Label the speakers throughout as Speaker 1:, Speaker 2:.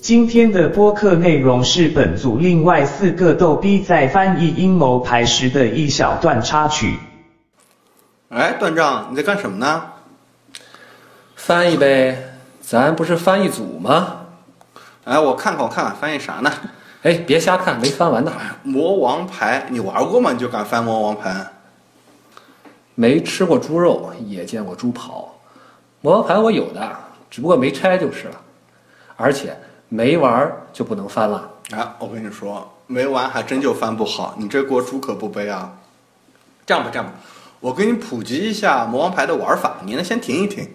Speaker 1: 今天的播客内容是本组另外四个逗逼在翻译阴谋牌时的一小段插曲。
Speaker 2: 哎，段丈，你在干什么呢？
Speaker 3: 翻译呗，咱不是翻译组吗？
Speaker 2: 哎，我看看，我看看翻译啥呢？
Speaker 3: 哎，别瞎看，没翻完呢，
Speaker 2: 魔王牌，你玩过吗？你就敢翻魔王牌？
Speaker 3: 没吃过猪肉，也见过猪跑。魔王牌我有的，只不过没拆就是了，而且没玩儿就不能翻了。
Speaker 2: 哎，我跟你说，没玩还真就翻不好，你这锅猪可不背啊！这样吧，这样吧，我给你普及一下魔王牌的玩法，你呢先停一停。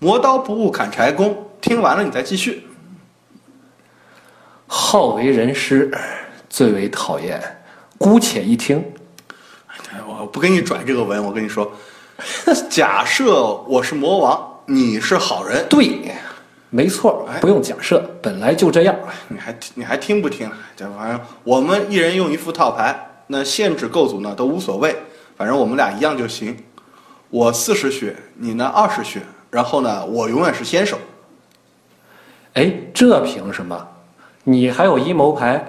Speaker 2: 磨刀不误砍柴工，听完了你再继续。
Speaker 3: 好为人师，最为讨厌。姑且一听，
Speaker 2: 哎，我不给你转这个文，我跟你说， 假设我是魔王，你是好人，
Speaker 3: 对，没错，不用假设，本来就这样。
Speaker 2: 你还你还听不听？这玩意儿，我们一人用一副套牌，那限制构组呢都无所谓，反正我们俩一样就行。我四十血，你呢二十血，然后呢，我永远是先手。
Speaker 3: 哎，这凭什么？你还有阴谋牌，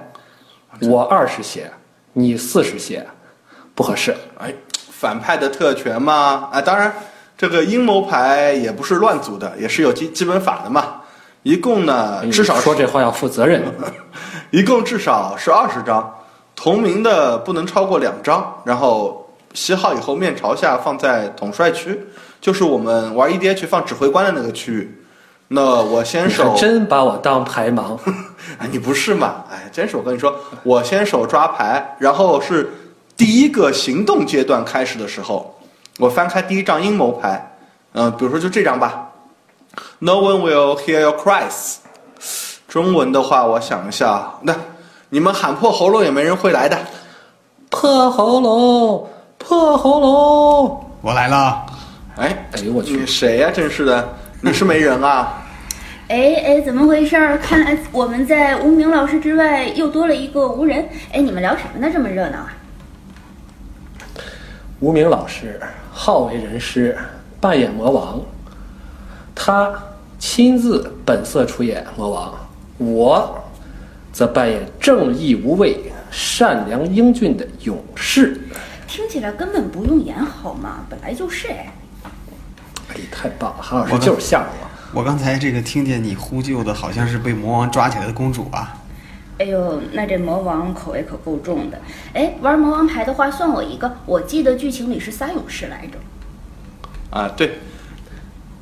Speaker 3: 我二十血，你四十血，不合适。
Speaker 2: 哎，反派的特权嘛，啊，当然，这个阴谋牌也不是乱组的，也是有基基本法的嘛。一共呢，
Speaker 3: 哎
Speaker 2: 至少
Speaker 3: 说这话要负责 任。
Speaker 2: 一共至少是二十张，同名的不能超过两张，然后洗好以后面朝下放在统帅区，就是我们玩 EDH 放指挥官的那个区域。那我先
Speaker 3: 你还
Speaker 2: 手，
Speaker 3: 真把我当排盲，
Speaker 2: 哎，你不是嘛？哎，真是我跟你说，我先手抓牌，然后是第一个行动阶段开始的时候，我翻开第一张阴谋牌，嗯、比如说就这张吧。No one will hear your cries。中文的话，我想一下，那你们喊破喉咙也没人会来的。
Speaker 3: 破喉咙，破喉咙。
Speaker 4: 我来了，
Speaker 2: 哎，
Speaker 3: 哎呦我
Speaker 2: 你
Speaker 3: 去，
Speaker 2: 谁呀、真是的，你是没人啊？
Speaker 5: 哎哎，怎么回事儿？看来我们在无名老师之外又多了一个无人。哎，你们聊什么呢？这么热闹啊！
Speaker 3: 无名老师好为人师，扮演魔王，他亲自本色出演魔王，我则扮演正义无畏、善良英俊的勇士。
Speaker 5: 听起来根本不用演好吗？本来就是哎。
Speaker 3: 哎，太棒了！韩老师
Speaker 4: 我的
Speaker 3: 就是吓唬我。
Speaker 4: 我刚才这个听见你呼救的，好像是被魔王抓起来的公主啊。
Speaker 5: 哎呦，那这魔王口味可够重的。哎，玩魔王牌的话，算我一个。我记得剧情里是仨勇士来着。
Speaker 2: 啊，对。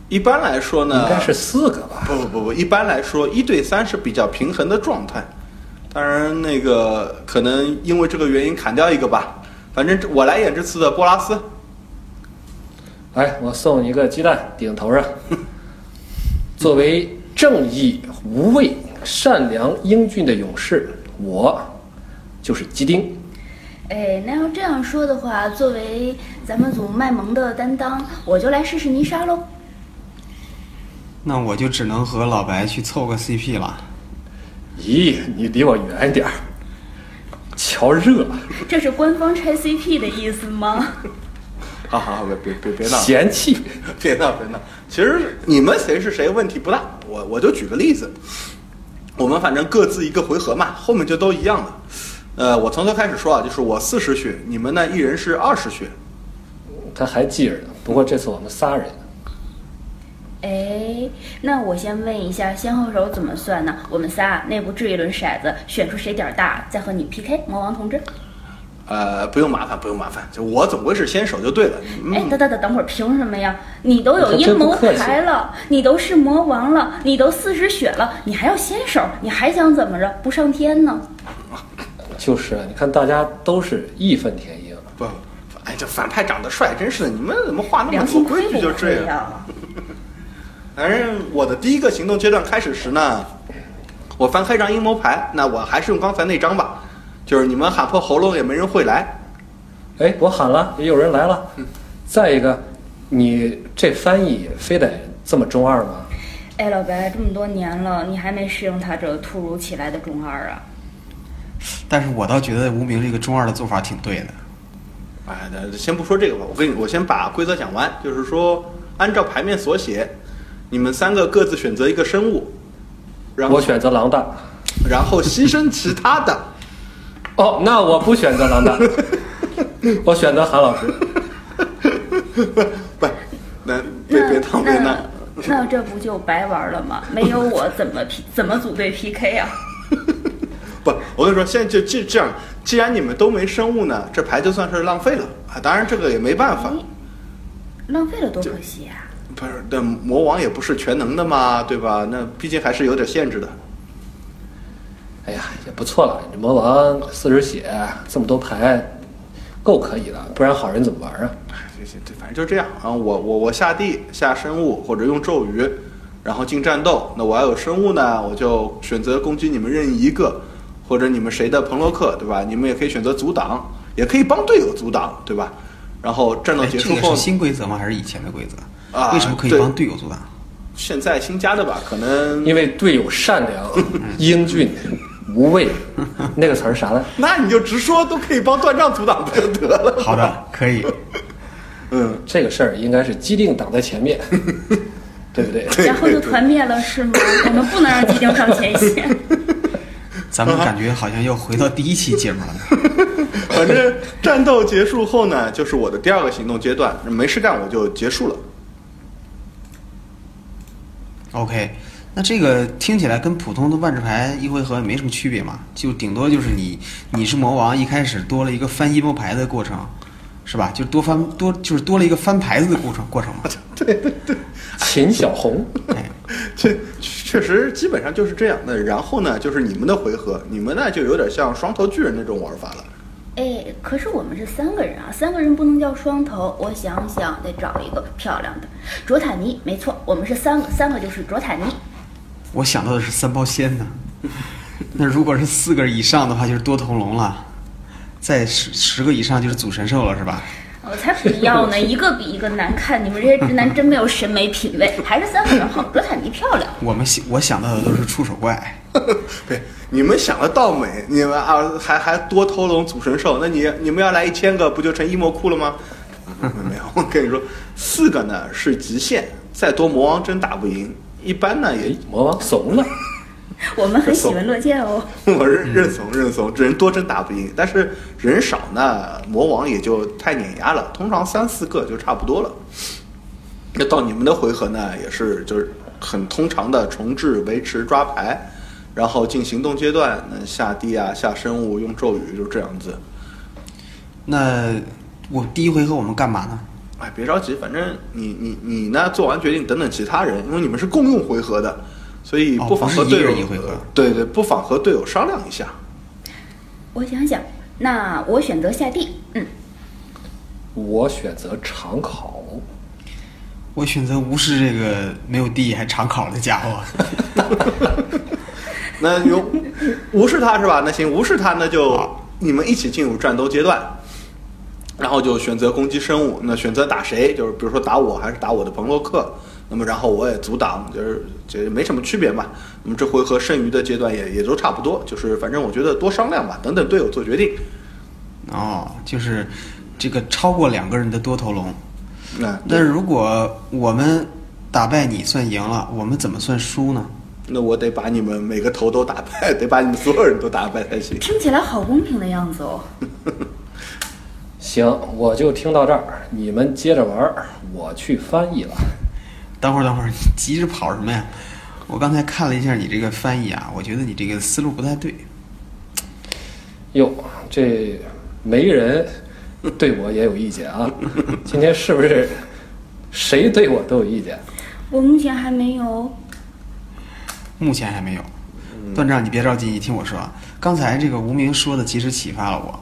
Speaker 2: 一般来说呢，
Speaker 3: 应该是四个吧？
Speaker 2: 不不不不，一般来说一对三是比较平衡的状态。当然，那个可能因为这个原因砍掉一个吧。反正这我来演这次的波拉斯，
Speaker 3: 来，我送你一个鸡蛋顶头上。 作为正义、无畏、善良、英俊的勇士，我就是鸡丁。
Speaker 5: 哎，那要这样说的话，作为咱们组卖萌的担当，我就来试试泥沙喽。
Speaker 4: 那我就只能和老白去凑个 CP 了。
Speaker 3: 咦，你离我远点儿，瞧热，
Speaker 5: 这是官方拆 CP 的意思吗？
Speaker 2: 好好好，别别别别闹，
Speaker 3: 嫌弃。
Speaker 2: 别闹别闹。其实你们谁是谁问题不大，我我就举个例子，我们反正各自一个回合嘛，后面就都一样了。呃，我从头开始说啊，就是我四十血，你们呢一人是二十血，
Speaker 3: 他还记着呢，不过这次我们仨人。
Speaker 5: 哎，那我先问一下，先后手怎么算呢？我们仨内部掷一轮骰子，选出谁点儿大，再和你 PK。魔王同志，
Speaker 2: 呃，不用麻烦不用麻烦，就我总归是先手就对了。嗯你
Speaker 5: 哎
Speaker 2: 们，
Speaker 5: 等等等等会儿，凭什么呀？你都有
Speaker 3: 你还真
Speaker 5: 阴
Speaker 3: 不
Speaker 5: 谋
Speaker 3: 客气
Speaker 5: 牌了，你都是魔王了，你都四十血了，你还要先手，你还想怎么着？不上天呢？
Speaker 3: 就是啊，你看大家都是义愤填膺。
Speaker 2: 不，哎，这反派长得帅，真是的，你们怎么画那么
Speaker 5: 良
Speaker 2: 多
Speaker 5: 心
Speaker 2: 规
Speaker 5: 亏啊
Speaker 2: 矩
Speaker 5: 不
Speaker 2: 就这样？
Speaker 5: 亏呀？
Speaker 2: 反正我的第一个行动阶段开始时呢，我翻开一张阴谋牌，那我还是用刚才那张吧，就是你们喊破喉咙也没人会来。
Speaker 3: 哎，我喊了，也有人来了。再一个，你这翻译非得这么中二吗？
Speaker 5: 哎，老白，这么多年了，你还没适应他这突如其来的中二啊？
Speaker 4: 但是我倒觉得无名这个中二的做法挺对的。
Speaker 2: 哎，那先不说这个吧，我跟你，我先把规则讲完，就是说按照牌面所写，你们三个各自选择一个生物，然后
Speaker 3: 我选择狼大，
Speaker 2: 然后牺牲其他的。
Speaker 3: 哦，那我不选择郎大，我选择韩老师。
Speaker 2: 不，那别别
Speaker 5: 那
Speaker 2: 当别
Speaker 5: 那
Speaker 2: 当，
Speaker 5: 那这不就白玩了吗？没有我怎么 P 怎么组队 PK 啊？
Speaker 2: 不，我跟你说，现在就这这样，既然你们都没生物呢，这牌就算是浪费了啊。当然这个也没办法，
Speaker 5: 浪费了多可惜啊！
Speaker 2: 不是，但魔王也不是全能的嘛，对吧？那毕竟还是有点限制的。
Speaker 3: 哎呀，也不错了，你魔王四十血，这么多牌，够可以了，不然好人怎么玩啊？
Speaker 2: 哎这这这，反正就这样啊。我我我下地下生物或者用咒语，然后进战斗。那我要有生物呢，我就选择攻击你们任意一个，或者你们谁的彭洛克，对吧？你们也可以选择阻挡，也可以帮队友阻挡，对吧？然后战斗
Speaker 4: 哎
Speaker 2: 结
Speaker 4: 这
Speaker 2: 束
Speaker 4: 个
Speaker 2: 啊后，
Speaker 4: 是新规则吗？还是以前的规则？
Speaker 2: 啊
Speaker 4: 为什么可以
Speaker 2: 对
Speaker 4: 帮队友阻挡？
Speaker 2: 现在新加的吧，可能
Speaker 3: 因为队友善良、英俊、无畏，那个词儿啥来？
Speaker 2: 那你就直说，都可以帮断杖阻挡不就得 了？
Speaker 4: 好的，可以。
Speaker 2: 嗯，
Speaker 3: 这个事儿应该是机灵挡在前面，对不 对？
Speaker 5: 然后就团灭了 是吗？我们不能让基丁上前线。
Speaker 4: 咱们感觉好像又回到第一期节目了呢。
Speaker 2: 反正战斗结束后呢，就是我的第二个行动阶段，没事干我就结束了。
Speaker 4: OK，那这个听起来跟普通的万智牌一回合也没什么区别嘛，就顶多就是你你是魔王，一开始多了一个翻阴谋牌的过程，是吧？就多翻多就是多了一个翻牌子的过程过程嘛。
Speaker 3: 秦小红，
Speaker 4: 哎，
Speaker 2: 这确实基本上就是这样的。然后呢，就是你们的回合，你们呢就有点像双头巨人那种玩法了。
Speaker 5: 哎，可是我们是三个人啊，三个人不能叫双头。我想想，得找一个漂亮的。卓塔尼，没错，我们是三个，三个就是卓塔尼。
Speaker 4: 我想到的是三包仙呢。那如果是四个以上的话，就是多头龙了；再十十个以上就是祖神兽了，是吧？
Speaker 5: 我才不 要呢，一个比一个难看。你们这些直男真没有审美品味，还是三个人好。卓塔尼漂亮，
Speaker 4: 我们想我想到的都是触手怪。
Speaker 2: 对，你们想的倒美，你们啊还还多偷龙祖神兽，那你你们要来一千个，不就成一魔库了吗？ 没有，我跟你说，四个呢是极限，再多魔王真打不赢。一般呢也
Speaker 3: 哎，魔王怂了，
Speaker 5: 我们很喜闻乐 见哦。
Speaker 2: 我
Speaker 4: 嗯
Speaker 2: 是认怂认怂，人多真打不赢，但是人少呢，魔王也就太碾压了，通常三四个就差不多了。那到你们的回合呢，也是就是很通常的重置、维持、抓牌，然后进行动阶段，那下地啊、下生物、用咒语，就这样子。
Speaker 4: 那我第一回合我们干嘛呢？
Speaker 2: 哎，别着急，反正你你你呢，做完决定等等其他人，因为你们是共用回合的，所以
Speaker 4: 哦
Speaker 2: 不妨
Speaker 4: 不是
Speaker 2: 和
Speaker 4: 一
Speaker 2: 队友、
Speaker 4: 人一回合
Speaker 2: 对对，不妨和队友商量一下。
Speaker 5: 我想想，那我选择下地。嗯，
Speaker 3: 我选择长考。
Speaker 4: 我选择无视这个没有地还长考的家伙。
Speaker 2: 那有无视他是吧？那行，无视他那就你们一起进入战斗阶段，然后就选择攻击生物。那选择打谁？就是比如说打我还是打我的彭洛克？那么然后我也阻挡，就是这没什么区别嘛。那么这回合剩余的阶段也也都差不多，就是反正我觉得多商量吧，等等队友做决定。
Speaker 4: 哦，就是这个超过两个人的多头龙。
Speaker 2: 那
Speaker 4: 那如果我们打败你算赢了，我们怎么算输呢？
Speaker 2: 那我得把你们每个头都打败，得把你们所有人都打败才行。
Speaker 5: 听起来好公平的样子哦。
Speaker 3: 行，我就听到这儿，你们接着玩儿，我去翻译了。
Speaker 4: 等会儿，等会儿，你急着跑什么呀？我刚才看了一下你这个翻译啊，我觉得你这个思路不太对。
Speaker 3: 哟，这媒人对我也有意见啊！今天是不是谁对我都有意见？
Speaker 5: 我目前还没有。
Speaker 4: 目前还没有。段丈，你别着急，你听我说啊。刚才这个无名说的，其实启发了我。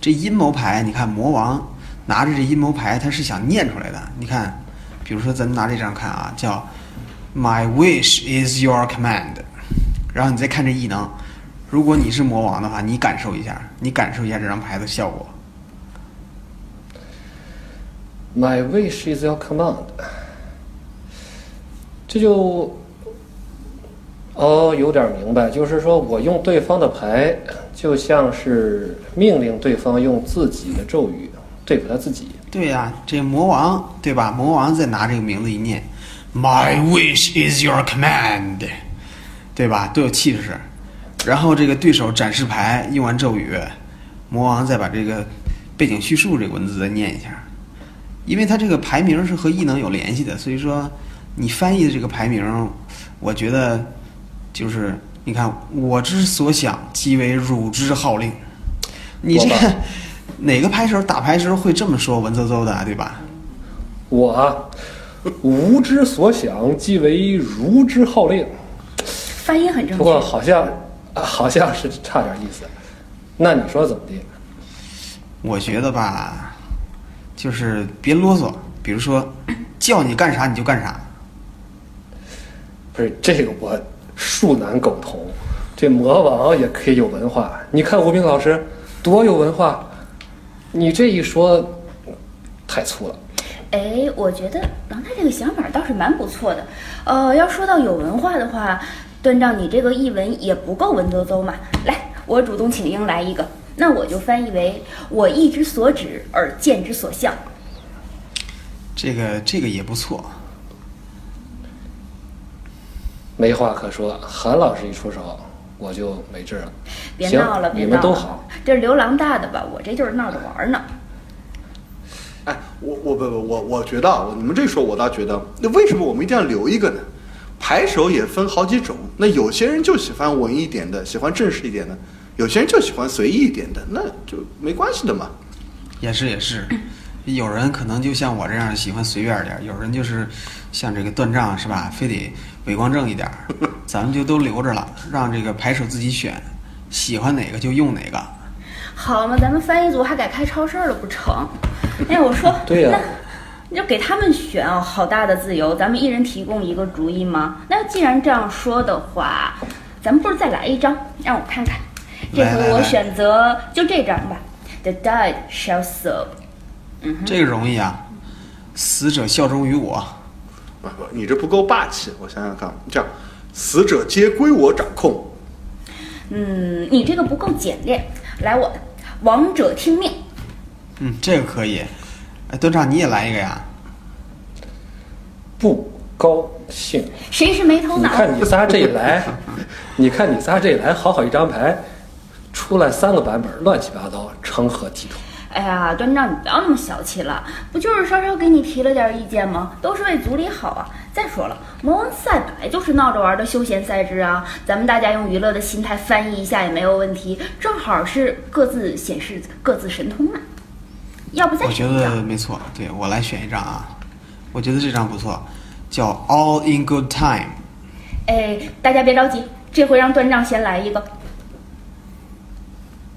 Speaker 4: 这阴谋牌，你看魔王拿着这阴谋牌，他是想念出来的。你看，比如说咱们拿这张看啊，叫 “My wish is your command”，然后你再看这异能。如果你是魔王的话，你感受一下，你感受一下这张牌的效果。
Speaker 3: My wish is your command。这就哦，有点明白，就是说我用对方的牌，就像是命令对方用自己的咒语对付他自己。
Speaker 4: 对呀、这魔王对吧？魔王再拿这个名字一念，My wish is your command，对吧？多有气势！然后这个对手展示牌用完咒语，魔王再把这个背景叙述这个文字再念一下，因为它这个排名是和异能有联系的，所以说你翻译的这个排名，我觉得就是你看我之所想即为汝之号令，你这
Speaker 3: 我吧
Speaker 4: 个 哪个牌手打牌时候会这么说文绉绉的啊，对吧？
Speaker 3: 我啊，吾之所想即为汝之号令。
Speaker 5: 发音很正
Speaker 3: 不过
Speaker 5: 确。
Speaker 3: 好像啊好像是差点意思。那你说怎么地？
Speaker 4: 我觉得吧，就是别啰嗦，比如说叫你干啥你就干啥。
Speaker 3: 不是这个我恕难苟同。这魔王也可以有文化，你看吴斌老师多有文化，你这一说太粗了。
Speaker 5: 哎，我觉得郎太这个想法倒是蛮不错的。呃，要说到有文化的话，段丈你这个译文也不够文绉绉嘛。来，我主动请缨来一个，那我就翻译为“我意之所指而见之所向
Speaker 4: 这个这个也不错，
Speaker 3: 没话可说，韩老师一出手，我就没治了。”。
Speaker 5: 别
Speaker 3: 行
Speaker 5: 闹了，别
Speaker 3: 你
Speaker 5: 闹
Speaker 3: 们
Speaker 5: 了。
Speaker 3: 都好。，
Speaker 5: 这是刘郎大的吧？我这就是闹着玩儿呢。
Speaker 2: 哎，我我不不我我觉得啊，我你们这说，我倒觉得，那为什么我们一定要留一个呢？牌手也分好几种，那有些人就喜欢文一点的，喜欢正式一点的，有些人就喜欢随意一点的，那就没关系的嘛。
Speaker 4: 也是也是。有人可能就像我这样喜欢随便点儿，有人就是像这个断账是吧，非得伪光正一点 儿。咱们就都留着了，让这个牌手自己选，喜欢哪个就用哪个。
Speaker 5: 好嘛，咱们翻译组还改开超市了不成？哎，我说
Speaker 3: 对呀
Speaker 5: 那你就给他们选啊，好大的自由，咱们一人提供一个主意吗？那既然这样说的话，咱们不如再来一张，让我看看。这
Speaker 4: 来来
Speaker 5: 回我
Speaker 4: 来
Speaker 5: 选择就这张吧。The dead shall serve。嗯
Speaker 4: 这个容易啊，死者效忠于我。
Speaker 2: 啊不，你这不够霸气，我想想看，这样，死者皆归我掌控，
Speaker 5: 嗯，你这个不够简练。来我的，王者听命。
Speaker 4: 嗯，这个可以。哎，段丈你也来一个呀？
Speaker 3: 不高兴。
Speaker 5: 谁是没头
Speaker 3: 你
Speaker 5: 脑？
Speaker 3: 看你仨这一来，你看你仨这一来，好好一张牌，出来三个版本，乱七八糟，成何体统？
Speaker 5: 哎呀，端章，你不要那么小气了，不就是稍稍给你提了点意见吗？都是为组里好啊。再说了，魔王赛本来就是闹着玩的休闲赛制啊，咱们大家用娱乐的心态翻译一下也没有问题，正好是各自显示各自神通嘛。要不再
Speaker 4: 我觉
Speaker 5: 选一
Speaker 4: 得
Speaker 5: 张？
Speaker 4: 没错，对我来选一张啊。我觉得这张不错，叫 All in Good Time。
Speaker 5: 哎，大家别着急，这回让端章先来一个。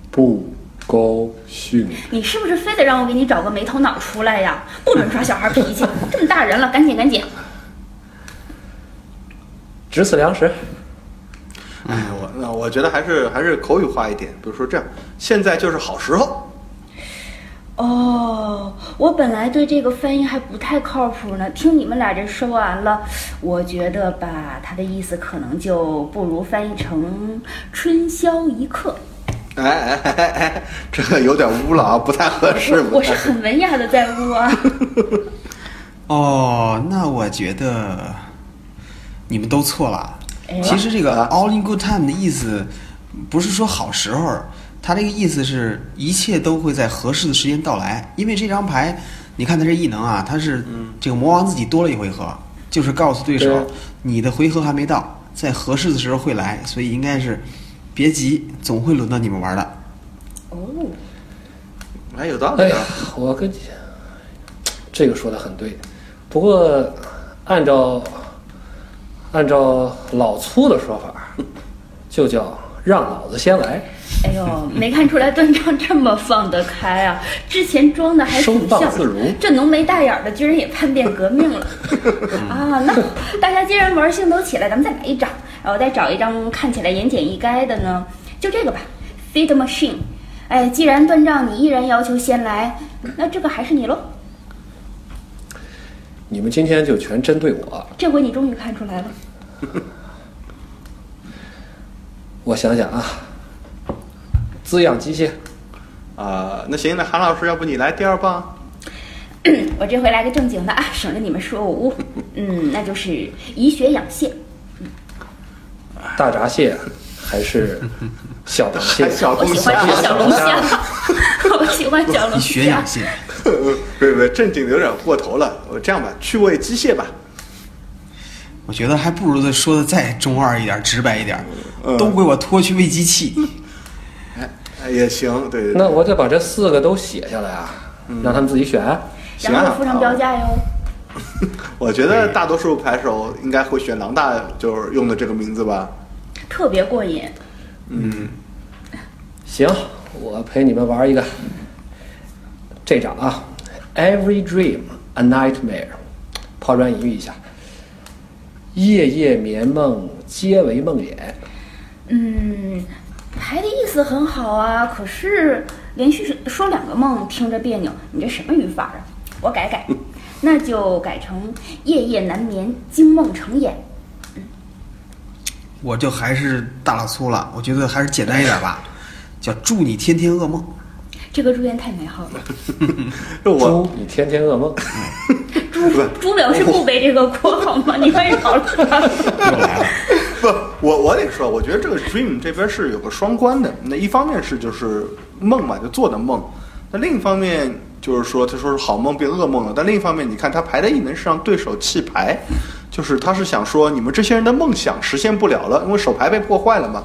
Speaker 3: 不高兴。
Speaker 5: 你是不是非得让我给你找个没头脑出来呀？不准耍小孩脾气，这么大人了，赶紧赶紧。
Speaker 3: 值此粮食。
Speaker 2: 哎，我那我觉得还是还是口语化一点，比如说这样，现在就是好时候，
Speaker 5: 哦，我本来对这个翻译还不太靠谱呢，听你们俩这说完了，我觉得吧，他的意思可能就不如翻译成“春宵一刻
Speaker 2: 哎哎哎哎哎，这个有点污了啊，不太合”适。
Speaker 5: 我。我
Speaker 2: 不
Speaker 5: 是
Speaker 2: 太合适
Speaker 5: 很文雅的在污啊。
Speaker 4: 哦，那我觉得你们都错了
Speaker 5: 哎。
Speaker 4: 其实这个
Speaker 2: 啊
Speaker 4: All in Good Time 的意思不是说好时候，它这个意思是一切都会在合适的时间到来。因为这张牌，你看它这异能啊，它是这个魔王自己多了一回合，就是告诉对手
Speaker 3: 对
Speaker 4: 你的回合还没到，在合适的时候会来，所以应该是别急，总会轮到你们玩的。
Speaker 5: 哦，
Speaker 2: 哎，有道
Speaker 3: 哎
Speaker 2: 理
Speaker 3: 呀
Speaker 2: 啊。，
Speaker 3: 我跟你这个说的很对，不过按照按照老粗的说法，就叫让老子先来，
Speaker 5: 哎呦，没看出来段章这么放得开啊！之前装的还挺
Speaker 3: 收放
Speaker 5: 像
Speaker 3: 自如，
Speaker 5: 这浓眉大眼儿的居然也叛变革 命了啊！那大家既然玩性都起来，咱们再来一张，然后再找一张看起来言简意赅的呢，就这个吧，Feed Machine。哎，既然段章你依然要求先来，那这个还是你喽。
Speaker 3: 你们今天就全针对我。
Speaker 5: 这回你终于看出来了，
Speaker 3: 我想想啊，滋养机械，
Speaker 5: 哎
Speaker 2: 啊、那行，那韩老师，要不你来第二棒？啊
Speaker 5: 嗯我这回来个正经的啊，省得你们说我污。嗯，那就是以血养蟹。
Speaker 3: 大闸蟹，还是小龙
Speaker 2: 还
Speaker 3: 蟹？
Speaker 2: 小
Speaker 5: 我
Speaker 2: 龙
Speaker 5: 喜
Speaker 2: 虾，
Speaker 5: 欢吃小龙虾，
Speaker 2: 啊
Speaker 5: 我喜欢小龙
Speaker 4: 你学
Speaker 5: 虾
Speaker 4: 养。蟹，
Speaker 2: 不是不是，正经的有点过头了。我这样吧，去喂鸡蟹吧。
Speaker 4: 我觉得还不如说的再中二一点、直白一点，
Speaker 2: 嗯
Speaker 4: 都归我拖去喂机器。
Speaker 2: 哎，哎也行，对对对。
Speaker 3: 那我得把这四个都写下来啊，让他们自己选。
Speaker 2: 行
Speaker 5: 然
Speaker 2: 啊
Speaker 5: 后附上标价哟。
Speaker 2: 我觉得大多数牌手应该会选狼大，就是用的这个名字吧。
Speaker 5: 特别过瘾。
Speaker 3: 行，我陪你们玩一个。这张啊，Every Dream a Nightmare，抛砖引玉一下。夜夜眠梦皆为梦魇，
Speaker 5: 嗯，牌的意思很好啊，可是连续说两个梦听着别扭，你这什么语法啊？我改改，
Speaker 2: 嗯
Speaker 5: 那就改成夜夜难眠，惊梦成魇。
Speaker 4: 我就还是大老粗了，我觉得还是简单一点吧，叫祝你天天噩梦。
Speaker 5: 这个祝愿太美好 了，
Speaker 2: 就我
Speaker 3: 猪，你天天噩梦。
Speaker 5: 朱朱淼是不背这个锅好 吗？你快饶了他。
Speaker 4: 又来了，
Speaker 2: 不，我我得说，我觉得这个 dream 这边是有个双关的。那一方面是就是梦嘛，就做的梦；那另一方面就是说，他说是好梦变噩梦了。但另一方面，你看他排在异能是让对手弃牌，就是他是想说你们这些人的梦想实现不了了，因为手牌被破坏了嘛。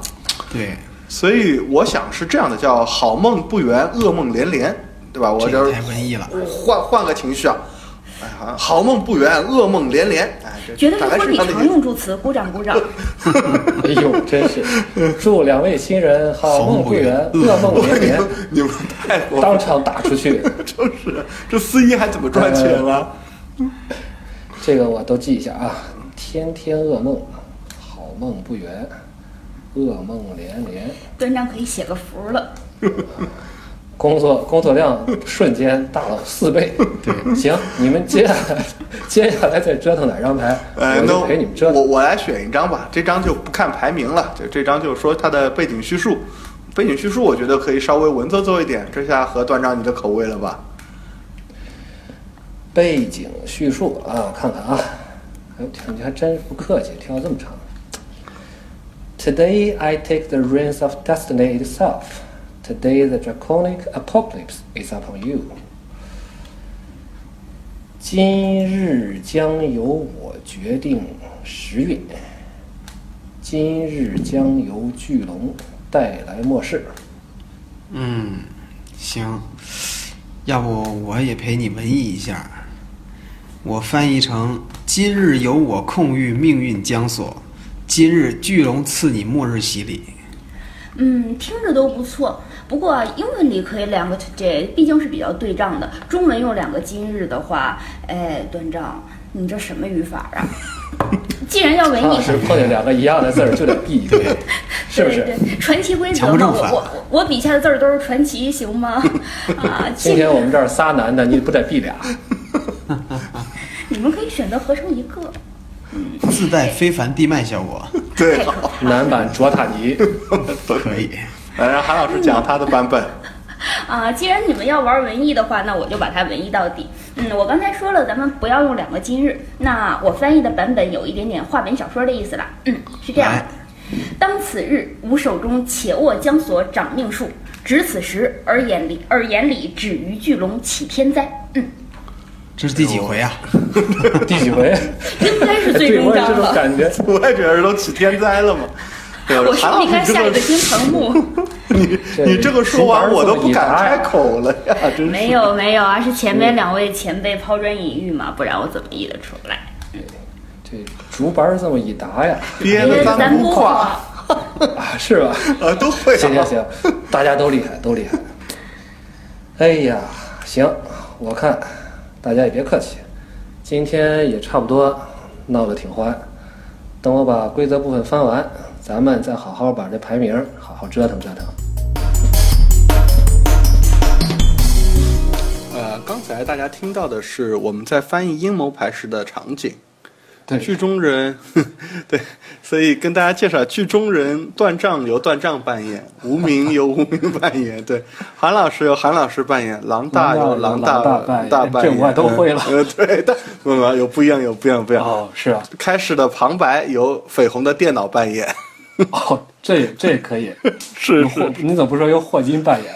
Speaker 4: 对，
Speaker 2: 所以我想是这样的，叫好梦不圆，噩梦连连，对吧？我
Speaker 4: 这个
Speaker 2: 就
Speaker 4: 太文艺了。
Speaker 2: 换换个情绪啊，哎，好像好梦不圆，噩梦连连，哎，这
Speaker 5: 觉得
Speaker 2: 大
Speaker 5: 是
Speaker 2: 概
Speaker 5: 婚
Speaker 2: 是
Speaker 5: 礼
Speaker 2: 他的
Speaker 5: 常
Speaker 2: 意思。
Speaker 5: 用助词，鼓掌鼓掌。
Speaker 3: 哎呦，真是！祝两位新人好梦不圆，噩梦连连，
Speaker 2: 你们太过分
Speaker 3: 当
Speaker 2: 了，
Speaker 3: 场打出去。
Speaker 2: 就是这司仪还怎么赚钱啊？
Speaker 3: 这个我都记一下啊。天天噩梦，好梦不圆，噩梦连连，
Speaker 5: 端章可以写个福了。
Speaker 3: 工作工作量瞬间大了四倍。对，行，你们接下来 接下来再折腾哪张牌，
Speaker 2: 呃，
Speaker 3: 我
Speaker 2: 那
Speaker 3: 就陪你们折
Speaker 2: 我
Speaker 3: 腾。
Speaker 2: 我来选一张吧，这张就不看排名了，就这张就说它的背景叙述。背景叙述我觉得可以稍微文绉绉一点，这下合段章你的口味了吧？
Speaker 3: 背景叙述啊，看看啊。哎呦天，你还真不客气，挑这么长。Today I take the reins of destiny itself. Today the draconic apocalypse is upon you. 今日将由我决定时运，今日将由巨龙带来末世。
Speaker 4: 嗯，行，要不我也陪你文艺一下。我翻译成：今日由我控御命运将锁，今日巨龙赐你末日洗礼。
Speaker 5: 嗯，听着都不错。不过英文里可以两个 today，毕竟是比较对仗的。中文用两个今日的话，哎，端章，你这什么语法啊？ 既然要文
Speaker 3: 唐老
Speaker 5: 艺，
Speaker 3: 师碰见两个一样的字儿就得避 一避，是不是？
Speaker 5: 对对，传奇规则
Speaker 4: 强不
Speaker 5: 嘛，
Speaker 4: 正
Speaker 5: 我
Speaker 4: 反
Speaker 5: 我我我笔下的字儿都是传奇，行吗？啊，
Speaker 3: 今
Speaker 5: 今
Speaker 3: 天我们这儿仨男的，你不得避俩？
Speaker 5: 你们可以选择合成一个。
Speaker 4: 自带非凡闭麦 效果，
Speaker 2: 对，
Speaker 5: 太可
Speaker 2: 好，
Speaker 3: 男版卓塔尼，
Speaker 4: 可以。
Speaker 2: 来哎让韩老师讲他的版本。
Speaker 5: 啊，既然你们要玩文艺的话，那我就把它文艺到底。嗯，我刚才说了，咱们不要用两个今日。那我翻译的版本有一点点话本小说的意思啦。嗯，是这样的
Speaker 4: 来。
Speaker 5: 当此日，吾手中且握将所掌命术，执此时，而眼里而眼里止于巨龙起天灾。嗯，
Speaker 4: 这是第几回啊？
Speaker 3: 第几回？
Speaker 5: 应该 是最
Speaker 3: 对
Speaker 5: 终
Speaker 3: 我有这
Speaker 5: 章
Speaker 3: 种
Speaker 5: 了。
Speaker 3: 感觉。
Speaker 2: 我也觉得都起天灾了嘛。对
Speaker 5: 我
Speaker 2: 韩老
Speaker 5: 说你
Speaker 2: 师
Speaker 5: 该
Speaker 2: 这
Speaker 5: 下一
Speaker 2: 个
Speaker 5: 个金城木，
Speaker 2: 你你这个说完我都不敢开口了 呀，真是。
Speaker 5: 没有没有啊，是前面两位前辈抛砖引玉嘛，不然我怎么译得出来？
Speaker 3: 这竹板儿这么一打呀，
Speaker 2: 憋了三不胯，
Speaker 3: 啊，是吧？
Speaker 2: 啊，都会
Speaker 3: 行
Speaker 2: 啊
Speaker 3: 行行，大家都厉害，都厉害。哎呀，行，我看大家也别客气，今天也差不多闹得挺欢。等我把规则部分翻完，咱们再好好把这排名好好折腾折腾。
Speaker 2: 呃，刚才大家听到的是我们在翻译阴谋牌时的场景。
Speaker 3: 对
Speaker 2: 剧中人， 对，所以跟大家介绍，剧中人段丈由段丈扮演，无名由无名扮演，对，韩老师由韩老师扮演，狼大由
Speaker 3: 狼大
Speaker 2: 大
Speaker 3: 由狼大
Speaker 2: 大
Speaker 3: 扮
Speaker 2: 扮
Speaker 3: 演
Speaker 2: 演，
Speaker 3: 这我都会了
Speaker 2: 呃，对，但不不，有不一样，有不一样，不一样。
Speaker 3: 哦，是啊，
Speaker 2: 开始的旁白由绯红的电脑扮演，
Speaker 3: 哦，这也这也可以。
Speaker 2: 是
Speaker 3: 有霍，你怎么不说由霍金扮演？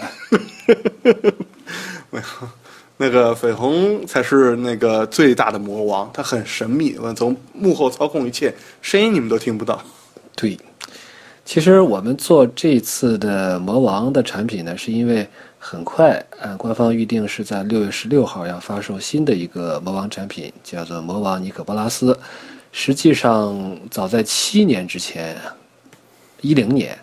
Speaker 2: 那个绯红才是那个最大的魔王，他很神秘，我从幕后操控一切，声音你们都听不到。
Speaker 3: 对，其实我们做这次的魔王的产品呢，是因为很快，呃，官方预定是在六月十六号要发售新的一个魔王产品，叫做魔王尼可波拉斯。实际上，早在七年之前，一零年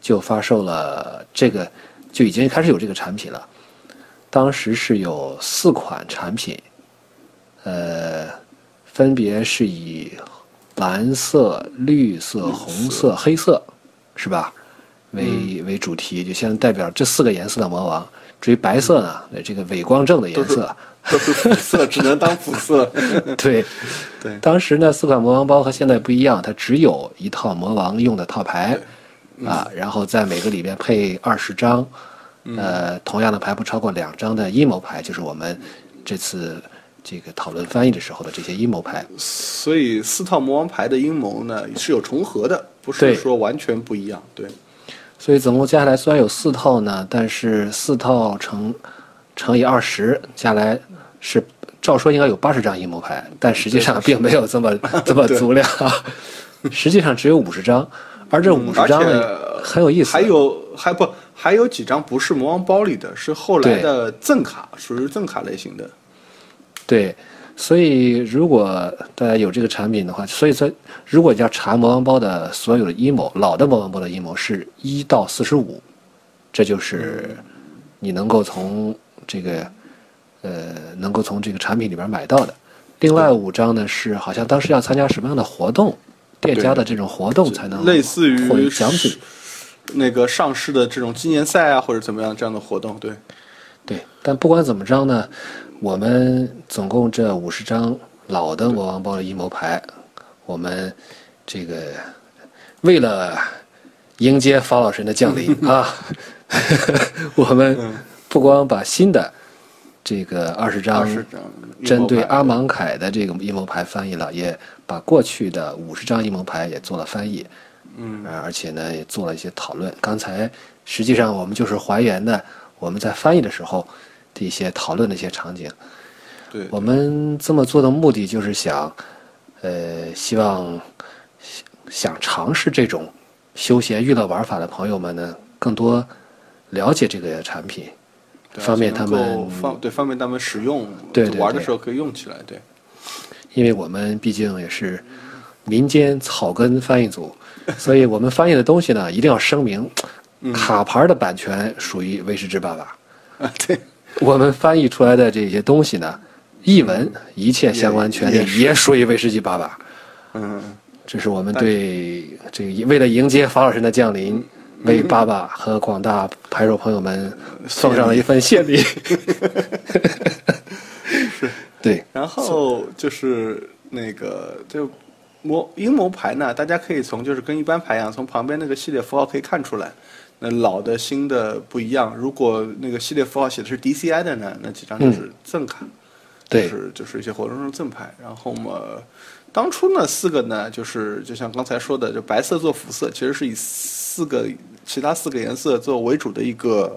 Speaker 3: 就发售了这个，就已经开始有这个产品了。当时是有四款产品，呃，分别是以蓝色、绿色、红色、黑色，是吧？为
Speaker 2: 嗯
Speaker 3: 为主题，就像代表这四个颜色的魔王。至于白色呢，那这个伪光正的颜
Speaker 2: 嗯都
Speaker 3: 色，
Speaker 2: 都是肤色，只能当肤色。
Speaker 3: 对，
Speaker 2: 对
Speaker 3: 当时呢，四款魔王包和现在不一样，它只有一套魔王用的套牌，啊，然后在每个里边配二十张，
Speaker 2: 嗯
Speaker 3: 呃，同样的牌不超过两张的阴谋牌，就是我们这次这个讨论翻译的时候的这些阴谋牌。
Speaker 2: 所以四套魔王牌的阴谋呢是有重合的，不是
Speaker 3: 对
Speaker 2: 说完全不一样。对，
Speaker 3: 所以总共加起来虽然有四套呢，但是四套乘乘以二十下来是照说应该有八十张阴谋牌，但实际上并没有这 么这么足量， 实际上只有五十张，而这五十
Speaker 2: 嗯而
Speaker 3: 张
Speaker 2: 且
Speaker 3: 呢很有意思，
Speaker 2: 还有还不还有几张不是魔王包里的，是后来的赠卡，属于赠卡类型的。
Speaker 3: 对，所以如果大家有这个产品的话，所以说如果要查魔王包的所有的阴谋，老的魔王包的阴谋是一到四十五，这就是你能够从这个呃能够从这个产品里边买到的。另外五张呢是好像当时要参加什么样的活动，店家的这种活动才能
Speaker 2: 类似于
Speaker 3: 获得奖品。
Speaker 2: 那个上市的这种纪念赛啊，或者怎么样这样的活动，对，
Speaker 3: 对，但不管怎么着呢，我们总共这五十张老的魔王包的阴谋牌，我们这个为了迎接法老神的 降临啊，我们
Speaker 2: 嗯
Speaker 3: 不光把新的这个二十
Speaker 2: 二
Speaker 3: 张
Speaker 2: 十张
Speaker 3: 针对阿
Speaker 2: 玛。
Speaker 3: 芒凯的这个阴谋牌翻译了，也把过去的五十张阴谋牌也做了翻译，嗯，而且呢也做了一些讨论。刚才实际上我们就是还原的我们在翻译的时候的一些讨论的一些场景。
Speaker 2: 对，
Speaker 3: 我们这么做的目的就是想，呃，希望想想尝试这种休闲娱乐玩法的朋友们呢，更多了解这个产品，
Speaker 2: 对啊
Speaker 3: 方便他们
Speaker 2: 能够方对方便他们使用，
Speaker 3: 对对
Speaker 2: 玩的
Speaker 3: 对
Speaker 2: 时候可以用起来，对，
Speaker 3: 因为我们毕竟也是民间草根翻译组，所以我们翻译的东西呢，一定要声明，卡牌的版权属于威士忌爸爸。
Speaker 2: 啊对，
Speaker 3: 我们翻译出来的这些东西呢，译文一切相关权
Speaker 2: 也
Speaker 3: 利也属于威士忌爸爸。
Speaker 2: 嗯，
Speaker 3: 这是我们对这个为了迎接法老神的降临，
Speaker 2: 嗯
Speaker 3: 为爸爸和广大牌手朋友们送上了一份谢礼。是， 对，
Speaker 2: 然后就是那个就魔阴谋牌呢，大家可以从就是跟一般牌一样，从旁边那个系列符号可以看出来，那老的新的不一样。如果那个系列符号写的是 DCI 的呢，那几张就是赠卡，
Speaker 3: 对
Speaker 2: 就是就是一些活动中赠牌。然后嘛，当初呢四个呢，就是就像刚才说的，就白色做辅色，其实是以四个其他四个颜色做为主的一个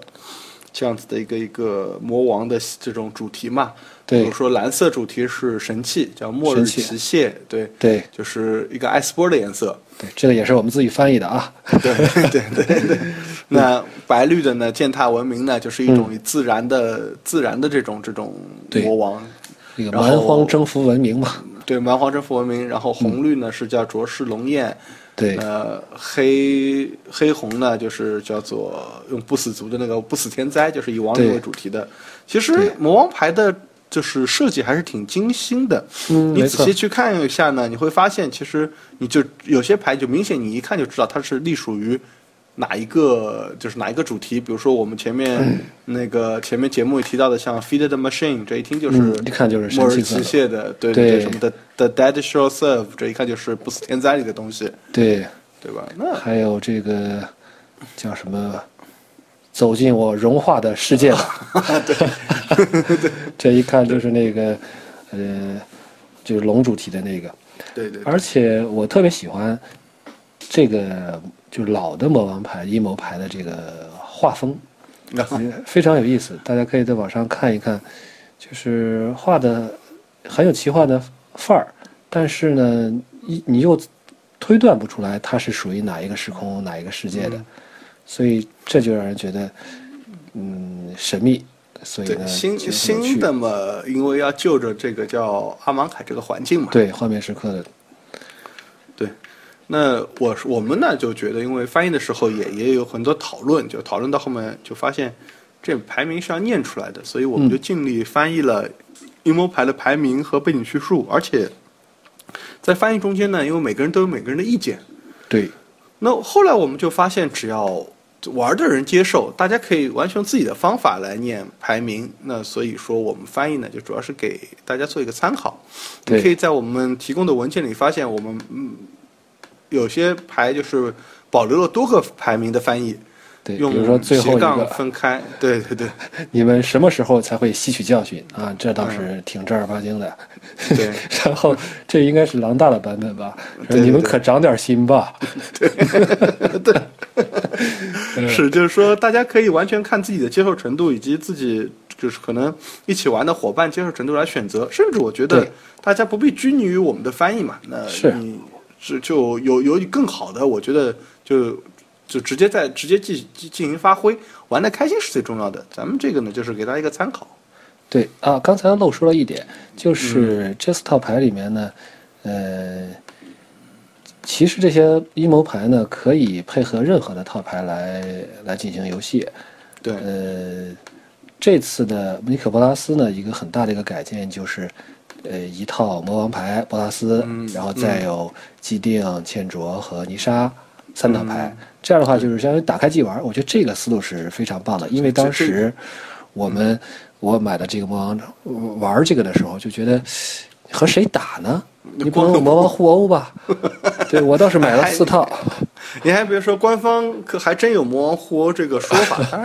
Speaker 2: 这样子的一个一个魔王的这种主题嘛。
Speaker 3: 对
Speaker 2: 比如说蓝色主题是神器，叫末日
Speaker 3: 神器
Speaker 2: 奇械，对，
Speaker 3: 对
Speaker 2: 就是一个艾斯波的颜色。
Speaker 3: 对，这个也是我们自己翻译的啊。
Speaker 2: 对 对对 对。那白绿的呢，践踏文明呢，就是一种以自然的、自然的这种这种
Speaker 3: 对
Speaker 2: 魔王。
Speaker 3: 这个
Speaker 2: 然
Speaker 3: 蛮
Speaker 2: 后
Speaker 3: 荒征服文明嘛，
Speaker 2: 对，蛮荒征服文明，然后红绿呢、是叫卓氏龙焰，
Speaker 3: 嗯对
Speaker 2: 呃，黑黑红呢就是叫做用不死族的那个不死天灾，就是以亡灵
Speaker 3: 对
Speaker 2: 为主题的。其实魔王牌的就是设计还是挺精心的，
Speaker 3: 嗯
Speaker 2: 你
Speaker 3: 没
Speaker 2: 仔
Speaker 3: 错
Speaker 2: 细去看一下呢，你会发现其实你就有些牌就明显你一看就知道它是隶属于。哪一个就是哪一个主题？比如说我们前
Speaker 3: 嗯
Speaker 2: 面那个前面节目也提到的，像《Feed the Machine》，这一听就是
Speaker 3: 嗯一看就是神
Speaker 2: 末日
Speaker 3: 器
Speaker 2: 机
Speaker 3: 色的
Speaker 2: 械的，对对对，
Speaker 3: 对
Speaker 2: 什么的 The Dead Shall Serve，这一看就是不死天灾里的东西，
Speaker 3: 对，
Speaker 2: 对吧？那
Speaker 3: 还有这个叫什么？走进我融化的世界吧。 对，这一看就是那个，呃，就是龙主题的那个。
Speaker 2: 对对对
Speaker 3: 而且我特别喜欢这个就是老的魔王牌、阴谋牌的这个画风，非常有意思，大家可以在网上看一看，就是画的很有奇幻的范儿，但是呢，一你又推断不出来它是属于哪一个时空、哪一个世界的，
Speaker 2: 嗯
Speaker 3: 所以这就让人觉得，嗯，神秘。所以
Speaker 2: 对，
Speaker 3: 呢，
Speaker 2: 新
Speaker 3: 觉得很有
Speaker 2: 新
Speaker 3: 趣
Speaker 2: 的嘛，因为要就着这个叫阿芒凯这个环境嘛，
Speaker 3: 对画面时刻的，
Speaker 2: 对，那我是我们呢就觉得，因为翻译的时候也也有很多讨论，就讨论到后面就发现这排名是要念出来的，所以我们就尽力翻译了阴谋牌的排名和背景叙述，而且在翻译中间呢，因为每个人都有每个人的意见，
Speaker 3: 对，
Speaker 2: 那后来我们就发现，只要玩的人接受，大家可以完全用自己的方法来念排名。那所以说，我们翻译呢，就主要是给大家做一个参考。
Speaker 3: 对
Speaker 2: 你可以在我们提供的文件里发现，我们嗯有些牌就是保留了多个排名的翻译，
Speaker 3: 对，比
Speaker 2: 用
Speaker 3: 如说最后
Speaker 2: 斜
Speaker 3: 一
Speaker 2: 杠
Speaker 3: 个，
Speaker 2: 分开。对对对
Speaker 3: 你们什么时候才会吸取教训啊？这倒
Speaker 2: 嗯
Speaker 3: 是挺正儿八经的。
Speaker 2: 对，
Speaker 3: 然后这应该是狼大的版本吧？
Speaker 2: 对对
Speaker 3: 你们
Speaker 2: 对
Speaker 3: 可长点心吧。嗯
Speaker 2: 是就是说，大家可以完全看自己的接受程度以及自己。就是可能一起玩的伙伴接受程度来选择，甚至我觉得
Speaker 3: 对
Speaker 2: 大家不必拘泥于我们的翻译嘛。那
Speaker 3: 是
Speaker 2: 你是就有有更好的，我觉得就就直接在直接进进进行发挥，玩的开心是最重要的。咱们这个呢，就是给大家一个参考。
Speaker 3: 对啊，刚才漏说了一点，就是这四套牌里面呢，呃，其实这些阴谋牌呢，可以配合任何的套牌来来进行游戏。
Speaker 2: 对，
Speaker 3: 呃，这次的尼可波拉斯呢，一个很大的一个改进就是，呃，一套魔王牌波拉斯，
Speaker 2: 嗯
Speaker 3: 然后再有既定、欠卓和泥沙三套牌。
Speaker 2: 嗯
Speaker 3: 这样的话，就是相当于打开即玩。我觉得这个思路是非常棒的，因为当时我
Speaker 2: 嗯
Speaker 3: 们我买的这个魔王呃玩这个的时候，就觉得和谁打呢？
Speaker 2: 嗯
Speaker 3: 你不能用魔王互 殴吧？对我倒是买了四套。
Speaker 2: 你还别说，官方可还真有魔王互殴这个说法，当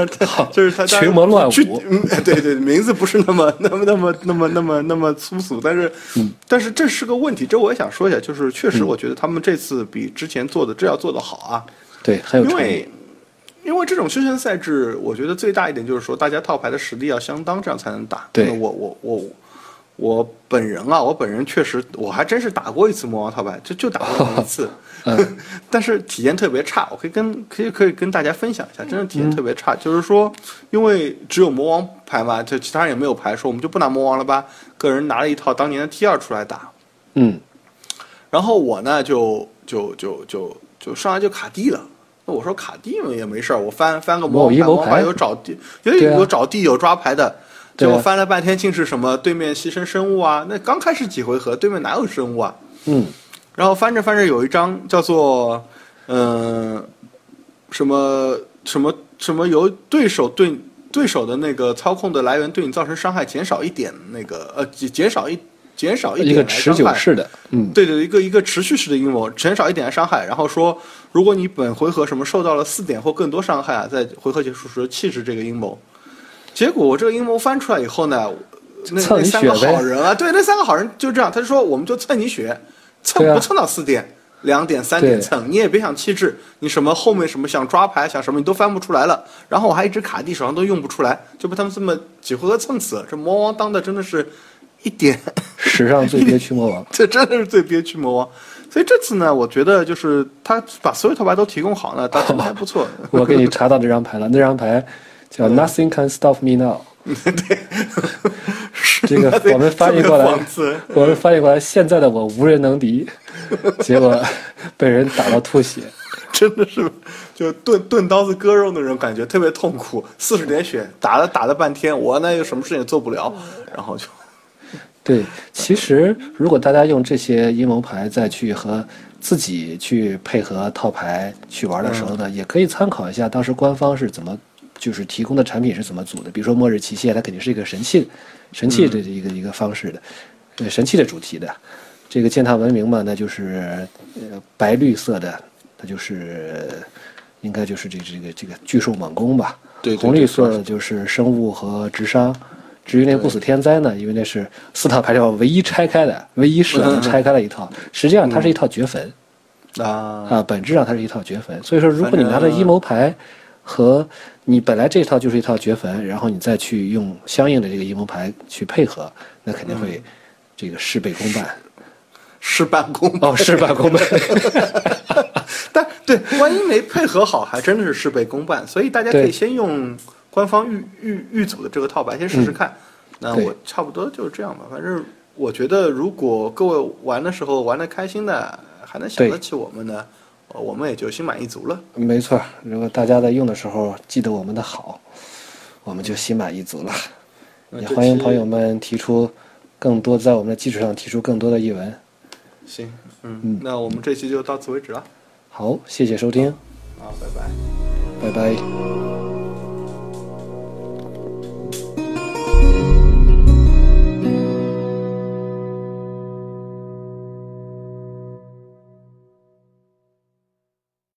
Speaker 2: 然，但是他就是他
Speaker 3: 群魔乱舞
Speaker 2: 具嗯，对对，名字不是那么那么那么那么那么那么粗俗，但是、
Speaker 3: 嗯
Speaker 2: 但是这是个问题，这我也想说一下，就是确实我觉得他们这次比之前做的这要做得好啊，
Speaker 3: 对，很有
Speaker 2: 因
Speaker 3: 创意
Speaker 2: 为。因为这种休闲赛制，我觉得最大一点就是说，大家套牌的实力要相当，这样才能打。
Speaker 3: 对
Speaker 2: 那我我我我本人啊，我本人确实，我还真是打过一次魔王套牌，就就打过那么一
Speaker 3: 哦
Speaker 2: 次，
Speaker 3: 嗯
Speaker 2: 但是体验特别差。我可以跟可以可以跟大家分享
Speaker 3: 嗯
Speaker 2: 一下，真的体验特别差。就是说，因为只有魔王牌嘛，就其他人也没有牌，说我们就不拿魔王了吧。个人拿了一套当年的 T 二出来打，
Speaker 3: 嗯，
Speaker 2: 然后我呢就就就就就上来就卡地了。那我说卡地嘛也没事儿，我翻翻个魔
Speaker 3: 某一
Speaker 2: 王牌，
Speaker 3: 谋
Speaker 2: 王
Speaker 3: 牌
Speaker 2: 牌有找地，有
Speaker 3: 对啊
Speaker 2: 有找地有抓牌的。
Speaker 3: 对
Speaker 2: 结
Speaker 3: 啊
Speaker 2: 果翻了半天，竟是什么对面牺牲生物啊？那刚开始几回合，对面哪有生物啊？
Speaker 3: 嗯，
Speaker 2: 然后翻着翻着有一张叫做，嗯、什么什么什么由对手对对手的那个操控的来源对你造成伤害减少一点，那个呃减减少一减少一
Speaker 3: 一
Speaker 2: 点
Speaker 3: 个
Speaker 2: 来
Speaker 3: 持
Speaker 2: 伤
Speaker 3: 久
Speaker 2: 害
Speaker 3: 式的，嗯，
Speaker 2: 对对，一个一个持续式的阴谋，减少一点的伤害，然后说，如果你本回合什么受到了四点或更多伤害啊，在回合结束时弃置这个阴谋。结果我这个阴谋翻出来以后呢，那
Speaker 3: 蹭
Speaker 2: 那
Speaker 3: 你
Speaker 2: 三个
Speaker 3: 血呗
Speaker 2: 好人啊，对，那三个好人就这样，他就说我们就蹭你血，蹭
Speaker 3: 对啊
Speaker 2: 不蹭到四点、两点、三点
Speaker 3: 对
Speaker 2: 蹭，你也别想弃置，你什么后面什么想抓牌想什么你都翻不出来了。然后我还一直卡地手上都用不出来，就被他们这么几回合蹭死了。这魔王当的真的是一点
Speaker 3: 史上最憋屈魔王。
Speaker 2: 这真的是最憋屈魔王。所以这次呢，我觉得就是他把所有套牌都提供好呢，打真的还不错。
Speaker 3: 我给你查到这张牌了，那张牌叫 Nothing Can Stop Me Now。对， 这 个我们翻译过
Speaker 2: 特
Speaker 3: 来
Speaker 2: 别讽刺，
Speaker 3: 我们翻译过来，现在的我无人能敌，结果被人打到吐血。
Speaker 2: 真的是就钝钝刀子割肉那种感觉，特别痛苦。四十点血打了打了半天，我呢有什么事情也做不了，然后就
Speaker 3: 对，其实如果大家用这些阴谋牌再去和自己去配合套牌去玩的时候呢，也可以参考一下当时官方是怎么就是提供的产品是怎么组的。比如说末日奇蟹，它肯定是一个神器，神器
Speaker 2: 嗯
Speaker 3: 的一个、一个方式的，呃，神器的主题的。这个践踏文明嘛，那就是呃白绿色的，它就是呃应该就是这个这个这个巨兽猛攻吧。
Speaker 2: 对对
Speaker 3: 红
Speaker 2: 对
Speaker 3: 绿色的就是生物和直伤。至于那不死天灾呢，因为那是
Speaker 2: 嗯
Speaker 3: 四套牌里边唯一拆开的，唯一舍得拆开了一套。实际上它是一套绝坟，
Speaker 2: 啊
Speaker 3: 啊，本质上它是一套绝坟。所以说，如果你拿
Speaker 2: 反
Speaker 3: 着
Speaker 2: 正
Speaker 3: 阴谋牌和你本来这套就是一套绝坟，然后你再去用相应的这个阴谋牌去配合，那肯定会这个事倍功半。
Speaker 2: 事半功倍。
Speaker 3: 哦，事半功倍。
Speaker 2: 但对，万一没配合好，还真的是事倍功半。所以大家可
Speaker 3: 对
Speaker 2: 以先用官方预预预组的这个套牌先试试看。那
Speaker 3: 嗯对
Speaker 2: 我差不多就是这样吧，反正我觉得，如果各位玩的时候玩的开心的，还能想
Speaker 3: 对
Speaker 2: 得起我们的，呃我们也就心满意足了。
Speaker 3: 没错儿，如果大家在用的时候记得我们的好，我们就心满意足了。
Speaker 2: 那
Speaker 3: 也
Speaker 2: 这
Speaker 3: 欢迎
Speaker 2: 期
Speaker 3: 朋友们提出更多，在我们的基础上提出更多的译文。
Speaker 2: 行，嗯，那我们这期就到此为止了。
Speaker 3: 好，谢谢收听，
Speaker 2: 好，拜拜。
Speaker 3: 拜拜。